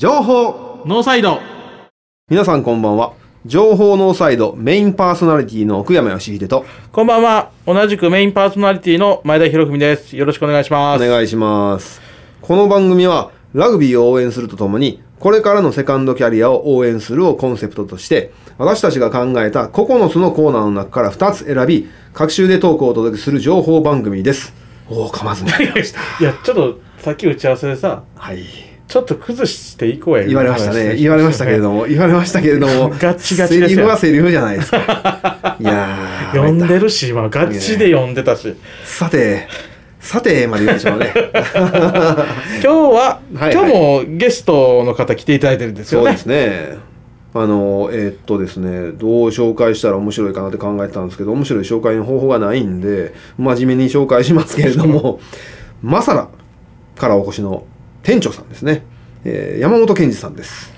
情報ノーサイド皆さんこんばんは情報ノーサイドメインパーソナリティの奥山義秀とこんばんは。同じくメインパーソナリティの前田博文です。よろしくお願いしまおす。願いしますこの番組はラグビーを応援するとともにこれからのセカンドキャリアを応援するをコンセプトとして私たちが考えた9つのコーナーの中から2つ選び各週でトークをお届けする情報番組ですおお噛まず にいや、ちょっと、さっき打ち合わせでさ、はいちょっと崩していこうや。言われましたね言われましたけれども言われましたけれども ガチガチですよセリフはセリフじゃないですか いやー読んでるし、今、ガチで読んでたし。さて、さてまで言ってしまうね。今日は、はい今日もゲストの方来ていただいてるんです そようねで。すね。あの、えーっとですね、どう紹介したら面白いかなって考えてたんですけど、面白い紹介の方法がないんで、真面目に紹介しますけれども、 マサラからお越しの店長さんですね。えー山本健二さんです。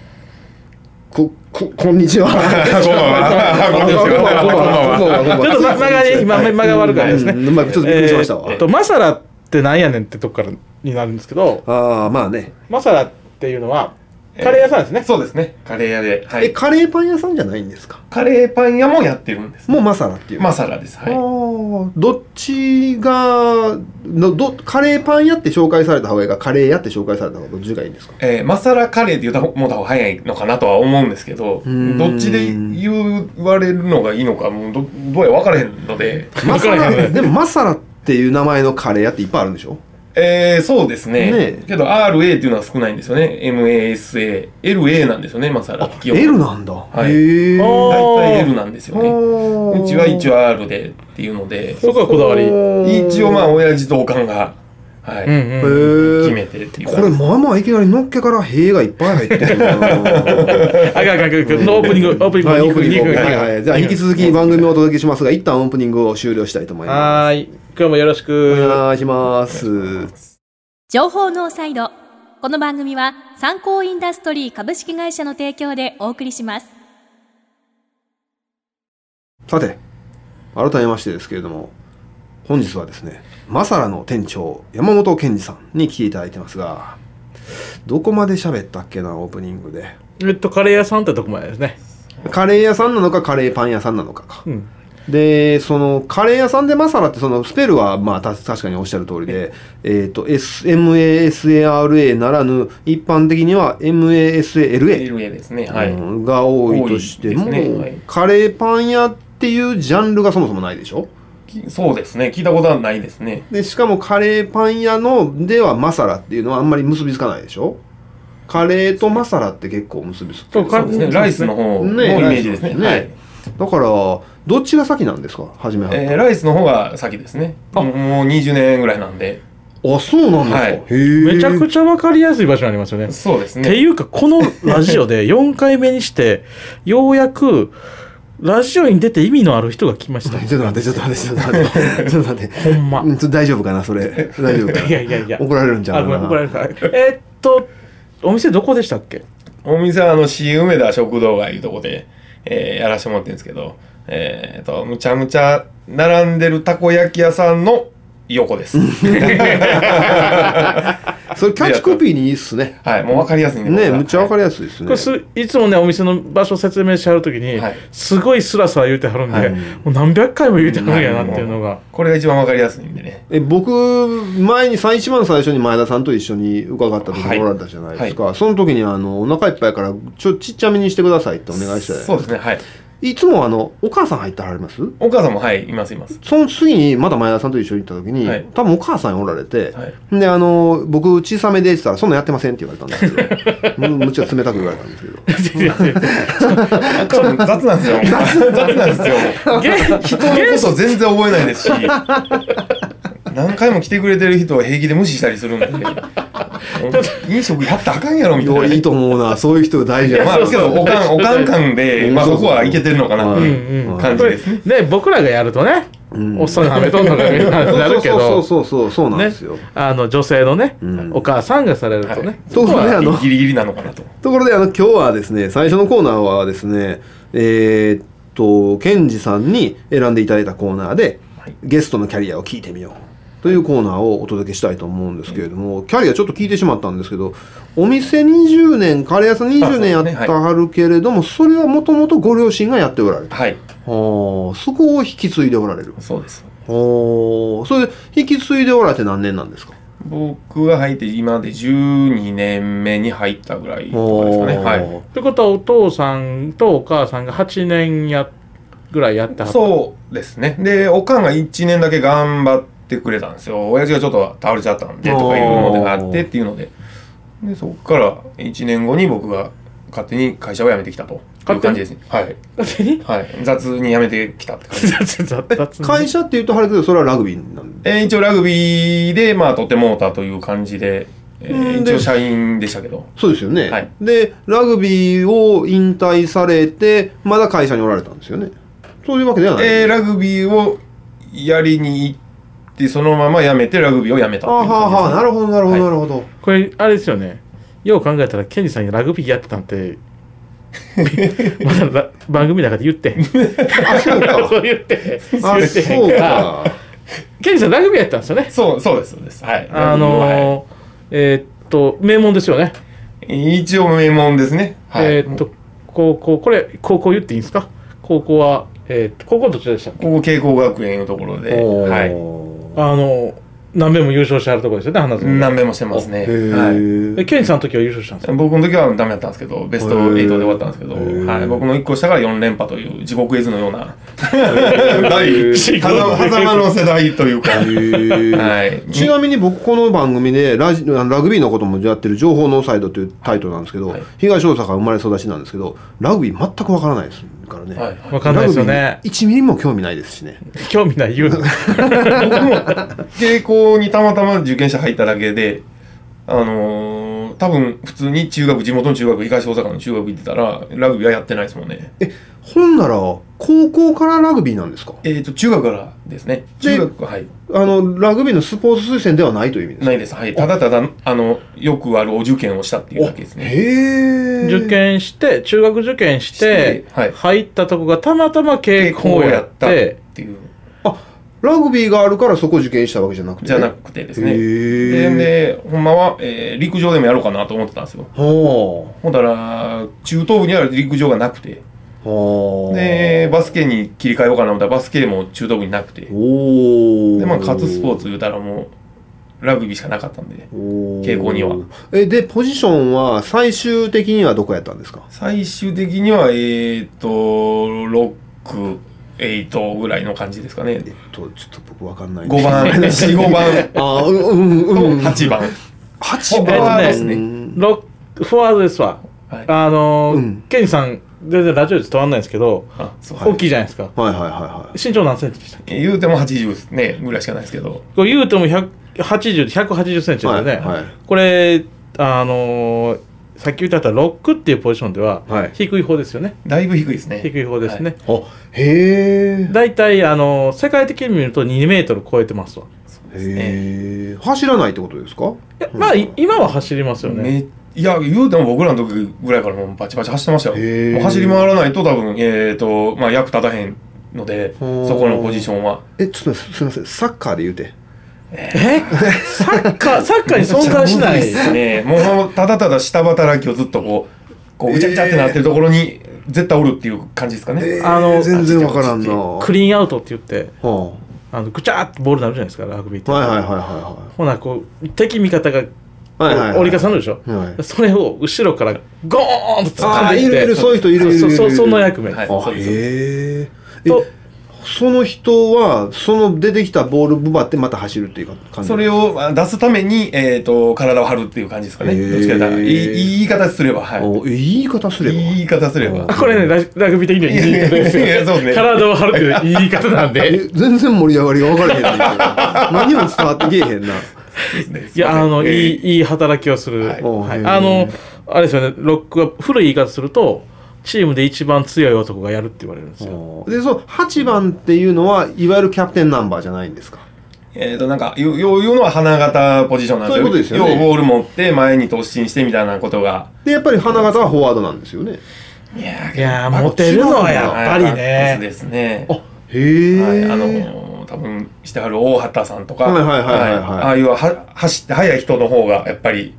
こ、こ、こんにち は。こんこんばんはこんにちはこんばんは。こんばんはこんばんはちょっと間がね、今、間が悪かったですね。うんうんまあちょっとびっくりしましたわえーっと、マサラってなんやねんってとこからになるんですけど、ああ、まあね。マサラっていうのは、カレー屋さんですね。そうですね。カレー屋で。はえ、い。カレーパン屋さんじゃないんですかカレーパン屋もやってるんです。もうマサラっていう。マサラです。はあい。ーどっちがのどカレーパン屋って紹介された方がいいかカレー屋って紹介された方がどっちがいいんですかえーマサラカレーって言った方もうた方が早いのかなとは思うんですけど、ーんどっちで言われるのがいいのか、もうどどうや分からへんので。 マサわからへラんでもマサラっていう名前のカレー屋っていっぱいあるんでしょえー、そうですね。ねえけど RA っていうのは少ないんですよね。MASA。LA なんですよね、マサラ。基本 L なんだ、はいへえあ大体 L なんですよね。うちは一応応 R でっていうので、そこはこだわり。うん一応まあ、親父とおかんが、はい、うん。決へえめてっていうこ感れじまあまあいきなりのっけから塀がいっぱい入ってるなあかんあかんあかん のオープニング、オープニング、はいオ2ープ分、ニン2グ分。はいはいじゃあ引き続き番組をお届けしますが一旦オープニングを終了したいと思いまはーい。今日もよろしすおく。願いします情報ノーサイド。この番組は参考インダストリー株式会社の提供でお送りします。さて改めましてですけれども本日はですねマサラの店長山本健二さんに来ていただいてますがどこまで喋ったっけなオープニングでえっと、カレー屋さんってとこまでですね。カレー屋さんなのかカレーパン屋さんなのかかうん。でそのカレー屋さんでマサラってそのスペルはまあた確かにおっしゃる通りで、えっと SMASARA ならぬ一般的には MASALA LA ですね。はい。うんが多いとしても、多いですねはいカレーパン屋っていうジャンルがそもそもないでしょきそうですね。聞いたことはないですね。でしかもカレーパン屋のではマサラっていうのはあんまり結びつかないでしょカレーとマサラって結構結びつくそうそうですね。ライスの方。方のねイメージですね。ねはい。だからどっちが先なんですか初めは、えーライスの方が先ですね。もうもう20年ぐらいなんで。あそうなんですか、はいへえめちゃくちちゃわかりやすい場所にありますよね。っそうですてね。いうか、このラジオで4回目にして、ようやく、ラジオに出て意味のある人が来ました。ちょっと待ってちょっと待ってちょっと待 ってちょっと待ってほんまう。んちょっと大丈夫かなそれ大丈夫かいやいやいや。怒られるんじゃあ、うごかめ、なん怒られるから。えっと、お店どこでしたっけお店はあの、新梅田食堂街いうとこで、えーやらせてもらってるんですけど、えーと、むちゃむちゃ並んでるたこ焼き屋さんの横です。それキャッチコピーにいいっすねはい。もうわかりやすいねむっちゃわかりりやすいですね、これすいつもねお店の場所説明しはるときに、はいすごいスラスラ言うてはるんで、はいもう何百回も言うてはるんやなっていうのが、これが一番わかりやすいんでね。え僕前にさ一番最初に前田さんと一緒に伺った時はにいおられたじゃないですか、その時にあのお腹いっぱいからちょちっちゃめにしてくださいってお願いしたじゃないそうですね。はい。いつもあのお母さん入ってはりますお母さんも、はい、いますいます。その次にまた前田さんと一緒に行った時に、はい多分お母さんおられて、はい。であの僕小さめでって言ったら「そんなんやってません」って言われたんですけどむむっちゃ冷たく言われたんですけどお 母さん雑なんですよ。雑なんですよ。人のこと全然覚えないです し何回も来てくれてる人は平気で無視したりするんで飲食やったらあかんやろみたいいなやいいと思うなそういう人大事やまなあけどおかんおかん感で、まあ、そうそそうこはいけてるのかなっていうんううん感じですね、これね僕らがやるとね、んおっさんがはめとんのかみたいになるけそうどそうそうそうそうそうなんねですよ、あの女性のね、んお母さんがされるとね、そうそうねあのギリギリなのかなとところであの今日はですね最初のコーナーはですねえーっとケンジさんに選んでいただいたコーナーで、はいゲストのキャリアを聞いてみようというコーナーをお届けしたいと思うんですけれども、キャリアちょっと聞いてしまったんですけどお店20年カレー屋さん20年やあそうっですねたはるけれどもそ,、れはもともとご両親がやっておられるはいはあそこを引き継いでおられるそうですおそれで引き継いでおられて何年なんですか僕が入って今まで12年目に入ったぐらいとかですかねはいいってことはお父さんとお母さんが8年やぐらいやってはったそうですねでおかんが1年だけ頑張ってくれたんですよ親父がちょっと倒れちゃったんでとかいうのであってっていうのででそこから1年後に僕が勝手に会社を辞めてきたという感じですねはい、勝手にはい、雑に辞めてきたって感 じ会社っていうとはるけどそれはラグビーなんでえー一応ラグビーで、まあ、取ってもうたという感じで、えーうんで一応社員でしたけど、そうですよね、はいでラグビーを引退されてまだ会社におられたんですよねそういうわけではない、えーラグビーをやりに行って、そのまま辞めて、ラグビーを辞めたあってはいう感はじですねなるほどなるほど、はいなるほどこれあれですよねよう考えたらケンジさんにラグビーやってたんてまだら番組の中で言ってへんあそう かそう言ってへんあ言ってへそんうからかケンジさんラグビーやったんですよねそう、そうです、そうです。はい。あはのーえーっと名門ですよね、い一応名門ですね。はい。えーっと高校これ高校言っていいんですか高校は、えーっと高校どちらでしたっけここ、慶光学園のところで、おーはい。あの何べも優勝してあるところですよね花園何名もしてますね。へえ、はい。えケンジさんの時は優勝したんですか僕の時はダメだったんですけど、ベスト8で終わったんですけど、へーはい、僕の1個下から4連覇という地獄絵図のような、へ 第ー狭間の世代というか、へえはい。ちなみに僕この番組でラジあのラグビーのこともやってる「情報ノーサイド」というタイトルなんですけど、はい東大阪生まれ育ちなんですけどラグビー全くわからないですからね、はいわかんないですよねラグビー1ミリも興味ないですしね 興味ない言う の僕も傾向にたまたま受験者入っただけで、あのー多分普通に中学地元の中学東大阪の中学行ってたらラグビーはやってないですもんねほんなら高校からラグビーなんですかえっ、と中学からですねで中学はいあのラグビーのスポーツ推薦ではないという意味ですかないですはいただただあのよくあるお受験をしたっていうだけですねへえ受験して中学受験ししててはい入ったとこがたまたま傾傾向向をややっったってていうラグビーがあるからそこ受験したわけじゃなくてじゃなくてですねへでーでほんまは、えー陸上でもやろうかなと思ってたんですよはほんだら中東部には陸上がなくてあはあでバスケに切り替えようかなと思ったらバスケも中東部になくておおでまあ勝つスポーツ言うたらもうラグビーしかなかったんで傾傾向にはえでポジションは最終的にはどこやったんですか最終的にはえっ、と68ぐらいの感じですかねえっとちょっと僕わかんない5番45番 あーうんと うんうん8番、 8えっと番ねですねロックフォワードですわはい、あのー、うんケンジさん全然ラジオで伝わんないんですけど、あそう大きいじゃないですかはいはいはいはい身長何センチでしたっけ言うても80ですねぐらいしかないですけどこれ言うても180 180センチですよはね、いはいこれあのーさっき言ってあったロックっていうポジションでははい低い方ですよね、だいぶ低いですね低い方ですね、あへえだいたいあのー世界的に見ると2メートル超えてますわへえ走らないってことですかいやまあ、い今は走りますよねめいや言うても僕らの時ぐらいからもうバチバチ走ってましたへーよもう走り回らないと多分えっ、とまあ役立たへんのでほーそこのポジションはえちょっとすみませんサッカーで言うてえサッカーサッカーに存在し なめいちゃくちゃむずですね。もうただただ下働きをずっとこう、こうぐちゃぐちゃってなってるところに絶対おるっていう感じですかね。あの全然わからんなはクリーンアウトって言ってあはあのぐちゃーってボールになるじゃないですかラグビーっいて、はいはいほなこう敵味方がはいはいはいはい折り重なるでしょ、はいそれを後ろからゴーンとあ掴んーでいいってるいるそういう人いるいるいるいそうるそうその役目、はいあそうですへええとその人はその出てきたボールブバってまた走るっていうか感じそれをまあ出すために、えっ、と、体を張るっていう感じですかね。へーどっちかというといいいい言い方すれば、はい。おえ言い方すれいばい言い方すれおばあ。 これねララグビー的にはいい言い方ですいやいやそうですよね体を張るっていう言い方なんでえ全然盛り上がりが分からへんねんけど何も伝わってけえへんないやあのえいーいいい働きをする、はいはいおーあのあれですよねロックは古い言い方するとチームで一番強い男がやるって言われるんですよでそう8番っていうのはいわゆるキャプテンナンバーじゃないんですかえーと、なんか、よよう言うのは花形ポジションなんですよ。そういうことですよね要はボール持って、前に突進してみたいなことが。でやっぱり花形はフォワードなんですよねいやいやーモテるのはやっぱりはいパスねですね。へえ、はい、あの多分してはる大畑さんとか、はいはいはいはいはいああいうは走って速い人の方がやっぱり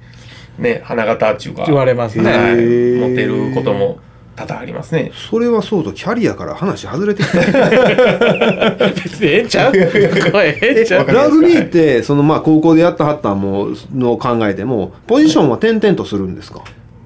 ね花形っていうか言われますねはい、へー持てることも多々ありますね。それはそうとキャリアから話外れてきた 別にええんちゃうこれええんちゃ う わかりまラすグビーってそのまあ高校でやったはったんものを考えてもポジションは点々とするんですか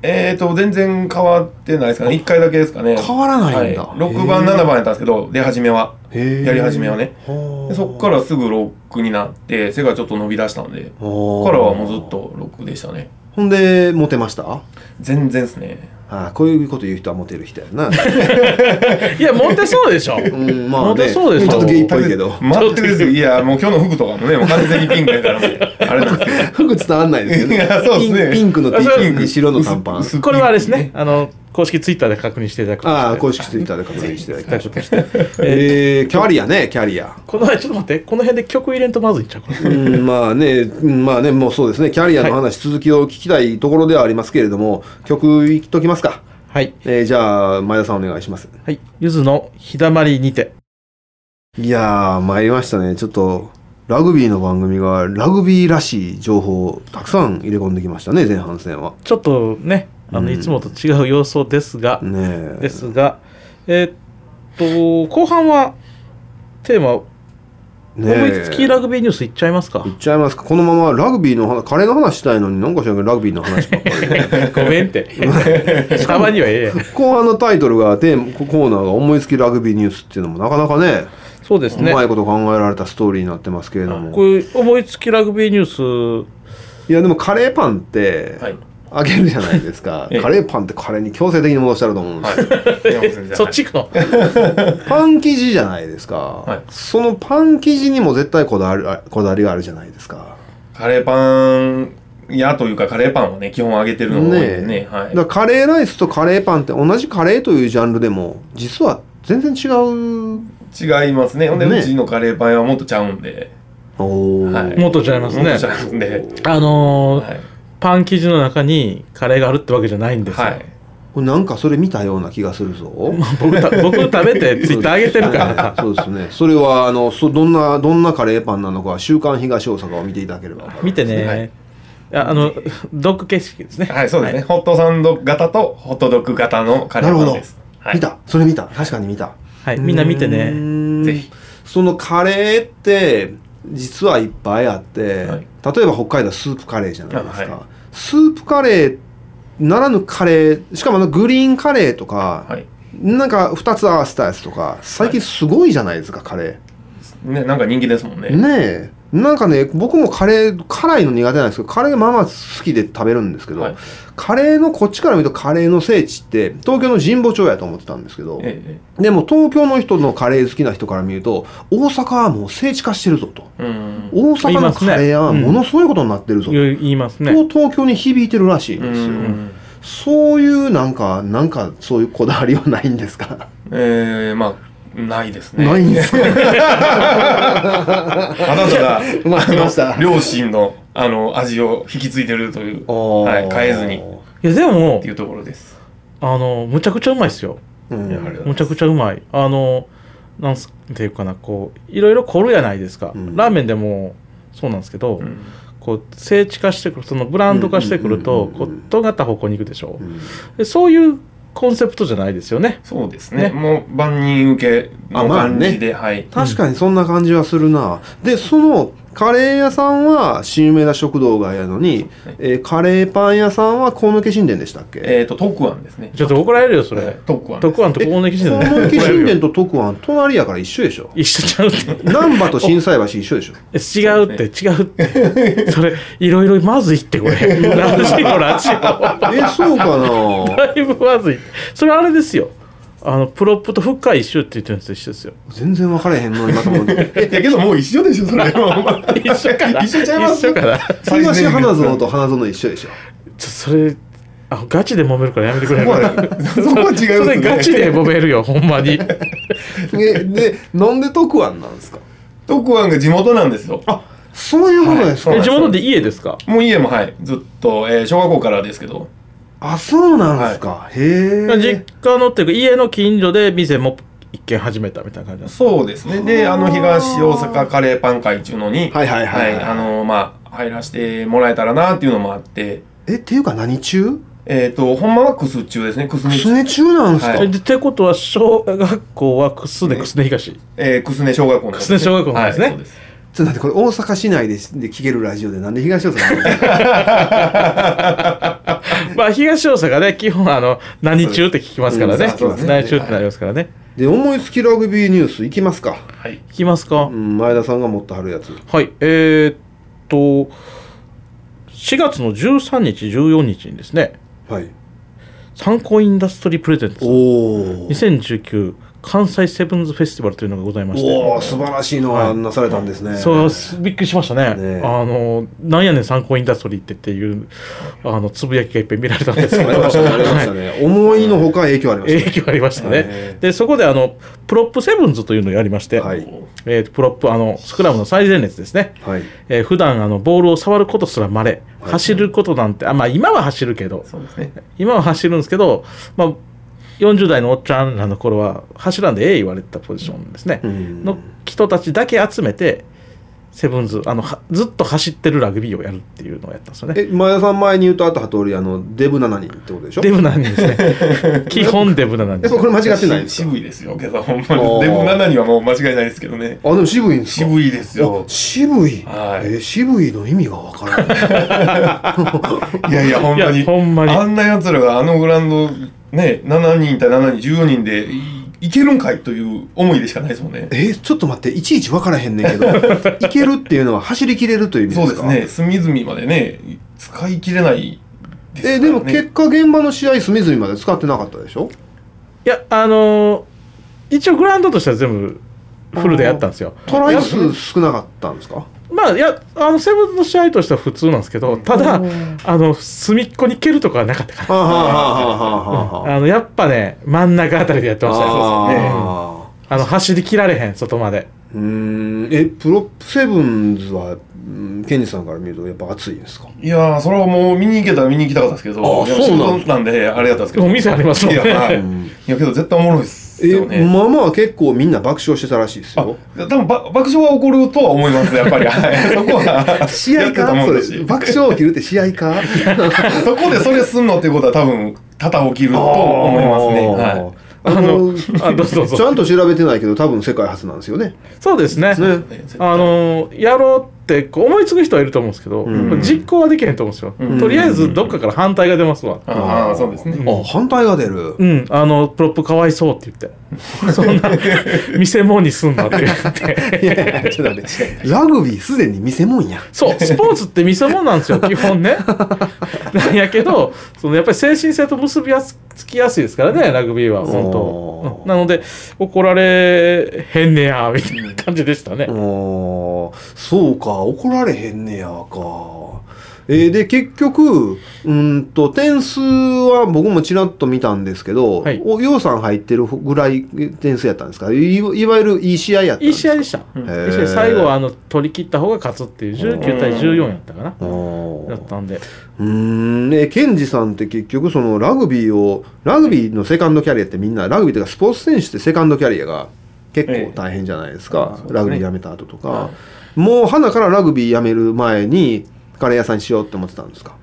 えーと全然変わってないですかね1回だけですかね変わらないんだはい、6番へー7番やったんですけど出始めはへーやり始めはねはでそっからすぐ6になって背がちょっと伸び出したんであーここからはもうずっと6でしたねほんでモテましたあ全然ですねーこういうこと言う人はモテる人やな いやモテそうでしょうんまあモテねそうでしょちょっとゲイっぽいけど全くですよいやもう今日の服とかもねもう完全にピンク やからもうあれなんですけ服伝わんないですよどいねやそうですねピンピンクの T シあそうャツに白の短パン薄薄これはあれですねあの公式ツイッターで確認していただくああ公式式ツイッターで確認していただきましたえーえーキャリアねキャリア この前ちょっと待ってこの辺で曲入れんとまずいんちゃうこれうんまあね、うんまあね、もうそうですね、キャリアの話、続きを聞きたいところではありますけれども、曲いっときますか。はいえーじゃあ、前田さんお願いします。はいゆずの日だまりにていやー、参りましたね。ちょっと、ラグビーの番組が、ラグビーらしい情報をたくさん入れ込んできましたね、前半戦は。ちょっとねあうんのいつもと違う様相ですが、ねえ。ですがえーっと後半はテーマねえ思いつきラグビーニュースいっちゃいますかいっちゃいますか。このままラグビーの話、カレーの話したいのに、なんかしらんけどラグビーの話ばっか りで。ごめんって。 たまにはええやん。後半のタイトルが、テーマ、コーナーが思いつきラグビーニュースっていうのも、なかなかね、そうですねうま。いこと考えられたストーリーになってますけれども。こういう思いつきラグビーニューいやでもカレーパンってはいあげるじゃないです か、ええカレーパンってカレーに強制的に戻してあると思うんですよ、はいス、そっち行くの。パン生地じゃないですか、はいそのパン生地にも絶対こだわりあこだわりがあるじゃないですかカレーパン屋というかカレーパンをね基本揚げてるのが多いんでねねはだいからカレーライスとカレーパンって同じカレーというジャンルでも実は全然違う違いますね。ほんで、ねうちのカレーパン屋はもっとちゃうんで。おーはいもっとちゃいますもっねとち。ゃうんで。あのーはい。パン生地の中にカレーがあるってわけじゃないんですよ。はい。これなんかそれ見たような気がするぞまあ僕た僕食べてツイッター上げてるからさ。そうですねそれはあのそどんなどんなカレーパンなのか「週刊東大阪」を見ていただければ分かる見てはねい。ああの、ドッグ形式ですね。はい、そうですね。ホットサンド型とホットドッグ型のカレーパンです。はい見。たそれ見た確かに見たはい。みんな見てうね。ーんぜひそのカレーって実はいっぱいあって、はい例えば北海道はスープカレーじゃないですあか、はスープカレーならぬカレーしかもあのグリーンカレーとか、はい。なんか2つ合わせたやつとか最近すごいじゃないですか、カレね、なんか人気ですもんね。ーねえなんかね僕もカレー辛いの苦手なんですけどカレーまあまあ好きで食べるんですけど、はいカレーのこっちから見るとカレーの聖地って東京の神保町やと思ってたんですけど、ええでも東京の人のカレー好きな人から見ると大阪はもう聖地化してるぞとええうん。大阪のカレー屋はものすごいことになってるぞと、言う言いますね。と東京に響いてるらしいんですよ、うんそういうなんかなんかそういうこだわりはないんですか、ええ、まあ、ないですね。ないんですか ただただ、まあ ありましたあの両親の、あの、味を引き継いでるという、はい、変えずにっいや、でもてい、うところです。あの、むちゃくちゃうまいですよ。うんやはりむちゃくちゃうまいあのなんすていうかなこういろいろ凝るやないですか、うんラーメンでもそうなんですけど、うんこう聖地化してくるそのブランド化してくると、うんうんうんうんこうとがった方向に行くでしょうんでそういうコンセプトじゃないですよねそうですね。ねもう、万人受けの感じで、はい。確かにそんな感じはするな、でそのカレー屋さんは新梅田食堂街やのに、えーカレーパン屋さんは河野家神殿でしたっけ、えっと、特案ですね。ちょっと怒られるよそれ、はい特案。特案と高熱神河殿野で家神殿と徳庵隣やから一緒でしょ一緒ちゃうって難波と心斎橋一緒で しょえ違うって違うってそれいろいろまずいってこれラジオラジオえそうかなだいぶまずいそれあれですよあのプロップとフッカー一周って言ってるやつと一緒ですよ全然分かれへんの今と思 っていやけどもう一緒でしょそれは 一緒かな一緒ちゃいます一緒かな東花園と花園一緒でしょちょそれあガチで揉めるからやめてくれそこはそこは違いますねそれガチで揉めるよほんまにえでなんで徳庵なんですか徳庵が地元なんですよそういうことですか、はえい地元で家ですかもう家もはいずっと、えー小学校からですけどあそうなんですか、へえ実家のっていうか家の近所で店も一見始めたみたいな感じなんですそうですね。で、あの、東大阪カレーパン会っていうのに、はいはいはいはいあの、まあ、入らせてもらえたらなっていうのもあって、えっていうか何中えっ、と、ほんまはクス中ですね。クスネく、すね中なんすか、はえでってことは小学校はくすねくすね東えー、クスネ小学校の。くすね小学校なんですねはいそうです。ちょっと待ってこれ大阪市内でで聞けるラジオでなんで東大阪なんですかまあ東大阪ね基本あの何中って聞きますからねそうですね何中ってなりますからね で思いつきラグビーニュースいきますか、はい。聞きますかうん、前田さんが持ってはるやつはいえーっと4月の13日14日にですねはい参考インダストリープレゼンツおー2019関西セブンズフェスティバルというのがございましおてお素晴らしいのがなされたんですね、そうすびっくりしましたねねえあのなんやねん参考インダストリーってっていうあのつぶやきがいっぱい見られたんですけどありましたねありましたね、思いのほか影響ありまし 影たね響ありましたはね。で、そこであのプロップセブンズというのをやりまして、はいえーとプロップあのスクラムの最前列ですね。はいえー普段あのボールを触ることすらまれ、はい走ることなんてあまあ今は走るけど、そうですね。今は走るんですけど、まあ40代のおっちゃんらの頃は走らんでええ言われてたポジションですね。んの人たちだけ集めて。セブンズあのはずっと走ってるラグビーをやるっていうのをやったんですよね。え前田さん前に言うとあった通りあのデブ7人ってことでしょデブなんです ね。基本デブなんでやっすぱよこ。れ間違ってないんですか渋いですよ、けど、ほんまに。おーデブ7にはもう間違いないですけどね。あでも渋いんですか渋いですよあ。渋い、はいえー渋いの意味がわからない いやいや、ほんまいに。やほんまにあんな奴らがあのグラウンド、ね、7人対7人、14人でい、いけるんかいという思いでしかないですもんね。えーちょっと待っていちいちわからへんねんけどいけるっていうのは走りきれるという意味そでうすでかすね、隅々までね、使い切れないですから、ね。えーでも結果現場の試合隅々まで使ってなかったでしょいや、あのー一応グラウンドとしては全部フルでやったんですよ。トライ数少なかったんですかまあ、いや、あの、セブンズの試合としては普通なんですけど、ただ、あの、隅っこに蹴るとかはなかったかはあはあはあはあはあはあら、あの、やっぱね、真ん中あたりでやってましたあねそうですよね。ーあの、走り切られへん、外まで。うーんえプロップセブンズはうんケンジさんから見るとやっぱ熱いんですかいやー、それはもう見に行けたら見に行きたかったですけど、あいやそうなん仕事なんで、あれやったんですけど。お店ありますもいんや、ね。はい。いうんや、けど絶対おもろいっすえよね。まあまあ結構みんな爆笑してたらしいですあよ多分ば爆笑は起こるとは思います、やっぱり。はい そこは。試合やってたかもそんだれし爆笑起きるって試合か そこでそれすんのっていうことは多分、多々起きると思いますね。はあーあのあどうぞどうぞちゃんと調べてないけど多分世界初なんですよね そうですね。ねい。絶対あのーやろうってこう思いつく人はいると思うんですけど、うん実行はできへんと思うんですよ、うんとりあえずどっかから反対が出ますわ、ああ、そうですね。あ反対が出 るうん、あの、プロップかわいそうって言って。そんな、見せ物にすんなって言って。いやいやちょっと待ってラグビーすでに見せもんやそう、スポーツって見せ物なん ですよ、基本ね。なんやけど、そのやっぱり精神性と結びやすつきやすいですからね、ラグビーは、本当おーうんなので、怒られへんねや、みたいな感じでしたね。おーそうか怒られへんねやか、えーで結局うんと点数は僕もちらっと見たんですけど、はいお洋さん入ってるぐらい点数やったんですかいいわゆるいい試合やったんいでい試すか合でした。うんへーいい試合最後はあの取り切った方が勝つっていう、19対14やったかな。おだーったんで。うーんでケンジさんって結局そのラグビーをラグビーのセカンドキャリアってみんなラグビーというかスポーツ選手ってセカンドキャリアが結構大変じゃないですか、ええラグビーやめた後とか、もう花からラグビーやめる前にカレー屋さんにしようって思ってたんですか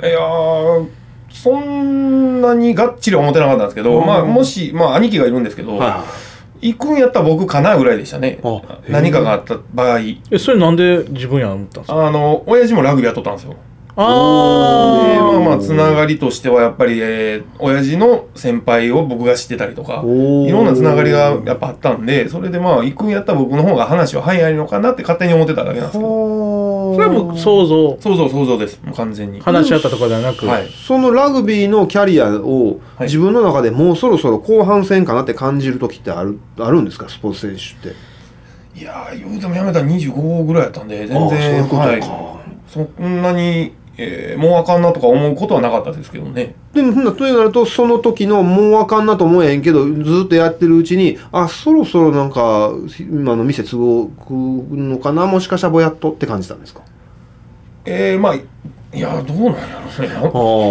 いやーそんなにがっちりは思ってなかったんですけど、まあ、もし、まあ、兄貴がいるんですけど、行くんやったら僕かなぐらいでしたねあ。何かがあった場合。え、それなんで自分や思ったんですかあの、親父もラグビーやっとったんですよ。あで、まあーまあ、つながりとしてはやっぱり、えー親父の先輩を僕が知ってたりとか、おーいろんなつながりがやっぱあったんで、それでまあ、行くんやったら僕の方が話は早いのかなって勝手に思ってただけなんですけど。そそれはもう想像。想像想像です、もう完全に。は話し合ったとかではなく、い。そのラグビーのキャリアをはい自分の中でもうそろそろ後半戦かなって感じる時ってあるあるんですかスポーツ選手っていやー、言うてもやめたら25ぐらいやったんで、全ああそうい然、うことか、はい、そんなに、えーもうあかんなとか思うことはなかったですけどね。でもほんならとなるとその時のもうあかんなと思えへんけどずっとやってるうちにあそろそろなんか今の店継ぐのかなもしかしたらぼやっとって感じたんですかえー、まあ、いやどうなんやろうねそ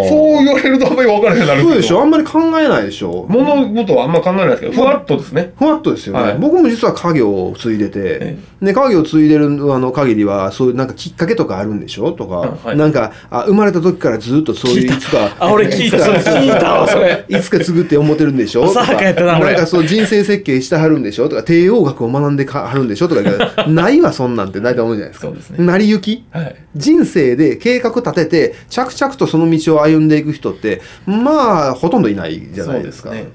そう言われるとあんまり分からへんなるけどうでしょあんまり考えないでしょ物事はあんま考えないですけどふわっとですねふわっとですよね、はい僕も実は家業を継いでて、えで家業を継いでるあの限りはそういうなんかきっかけとかあるんでしょとか、うんはいなんかあ生まれた時からずっとそういういつかあ俺聞いたそれ聞いたわそれいつか継ぐって思ってるんでしょと浅はかやったな俺んかそう人生設計してはるんでしょとか帝王学を学んでかはるんでしょとか言うからないわそんなんって大体思うじゃないですかそうですね成り行きはい人生で計画立てて着々とその道を歩んでいく人ってまあほとんどいないじゃないですかそうでで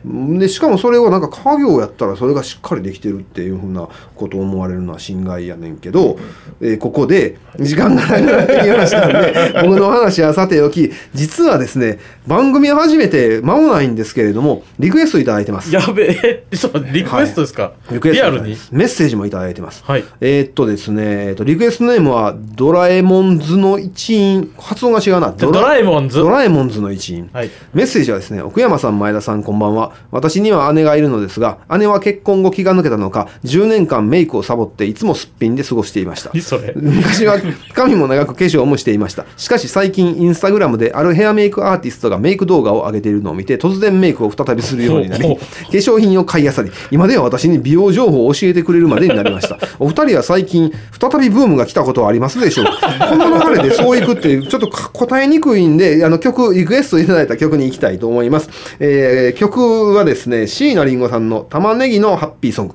しかもそれをなんか家業やったらそれがしっかりできてるっていうふうなことを思われるのは心外やねんけど、えーここで時間がなくなってきましたんで僕の話はさておき実はですね番組を始めて間もないんですけれどもリクエストいただいてます。やべえ、えちょっと待ってリクエストですか、リクエスリトアいたルだいてにますメッセージもいただいてます。はい。えーっとですね、えーっとリクエストネームはドラえもんズの一員発音が違うなじゃあドラえもんズ。ドラえもんズの一員、はい。メッセージはですね奥山さん前田さんこんばんは私には姉がいるのですが姉は結婚後気が抜けたのか10年間メイクをサボっていつもすっぴんで過ごしていました何それ。昔は髪も長く化粧もしていましたしかし最近インスタグラムであるヘアメイクアーティストがメイク動画を上げているのを見て突然メイクを再びするようになりほう化ほ粧品を買いあさり今では私に美容情報を教えてくれるまでになりましたお二人は最近再びブームが来たことはありますでしょう かこの流れでそういくっていうちょっとか答えにくいんであの曲リクエストいただいた曲に行きたいと思います、えー曲はですね椎名林檎さんの玉ねぎのハッピーソング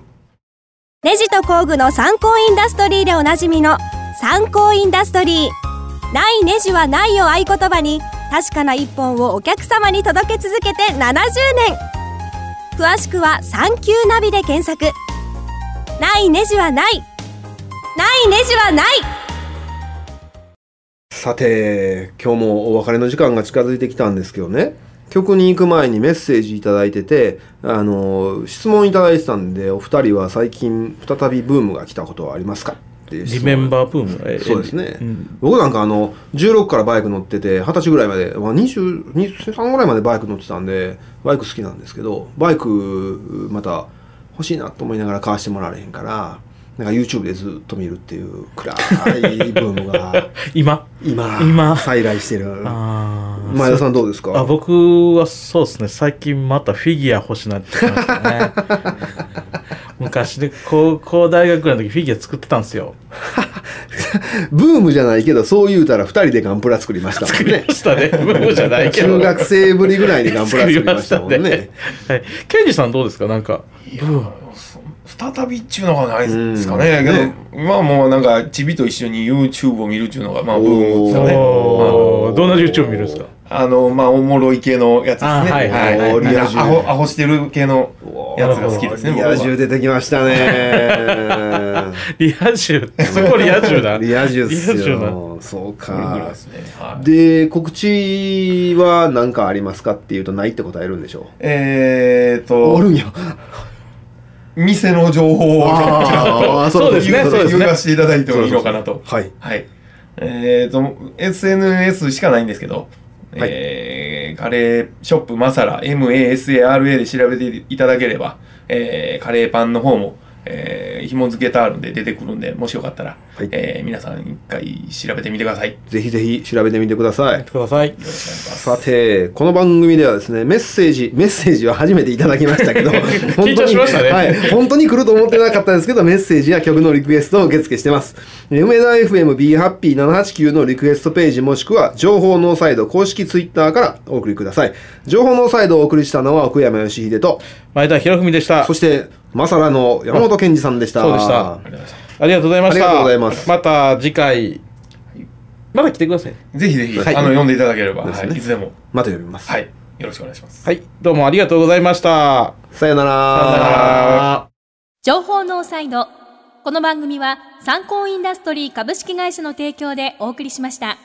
ネジと工具の参考インダストリーでおなじみの参考インダストリーないネジはないを合言葉に確かな一本をお客様に届け続けて70年詳しくは「サンキューナビ」で検索ないネジはないないネジはないさて今日もお別れの時間が近づいてきたんですけどね曲に行く前にメッセージいただいててあの質問いただいてたんでお二人は最近再びブームが来たことはありますかっていう質リ問メンバーブーム。えそうですね、うん僕なんかあの16からバイク乗ってて二十歳ぐらいまで、まあ、20 23ぐらいまでバイク乗ってたんでバイク好きなんですけどバイクまた欲しいなと思いながら買わしてもらわれへんからなんか YouTube でずっと見るっていう暗いブームが。今今今再来してるあー前田さんどうですかあ僕はそうですね最近またフィギュア欲しなってきま したね昔ね高校大学ぐらいの時フィギュア作ってたんですよブームじゃないけどそう言うたら2人でガンプラ作りましたもんねでしたね ブームじゃないけど中学生ぶりぐらいにガンプラ作りましたもんね作りましたねはいケンジさんどうですかなんかいやそ再びっちゅうのがないですかね、うんけど、ねまあもうなんかちびと一緒に YouTube を見るっちゅうのがまあブームですよねおおーどんな YouTube 見るんですかあのまあおもろい系のやつですねあはいはいはいはいなんかアホアホしてる系のやつが好きですねリ僕はア充出てきました ねリア充ってそこリア充だリア充っすリア充なよそうこれぐらいかですねはいで告知は何かありますかっていうとないって答えるんでしょえーうあるとんや店の情報をちょっとあー そうですねそうそうです言わせていただいてもいいのかなとはいはい。えっ、と、SNS しかないんですけど、はいえーカレーショップマサラ、MASARA で調べていただければ、えーカレーパンの方も、えー紐付けたあるんで出てくるんで、もしよかったら、はいえー皆さん一回調べてみてください。よぜひぜひ調べてみてくださいくださいろしくお願いします。さてこの番組ではですねメッセージメッセージは初めていただきました けど緊張しましたねはい、本当に来ると思ってなかったんですけどメッセージや曲のリクエストを受付してますえー梅田 FMBHappy789 のリクエストページもしくは情報ノーサイド公式ツイッターからお送りください情報ノーサイドをお送りしたのは奥山義秀と前田博文でしたそしてマサラの山本健二さんでしたそうでしたありがとうございましありがとありがうございましたとうございますまた次回また来てくださいたぜひぜひ、はいあの、読んでいただければ、ですはねい、いつでも、また呼びます、はい、よろしくお願いします。はいどうもありがとうございましたさよならさよなら情報ノーサイドこの番組は参考インダストリー株式会社の提供でお送りしました。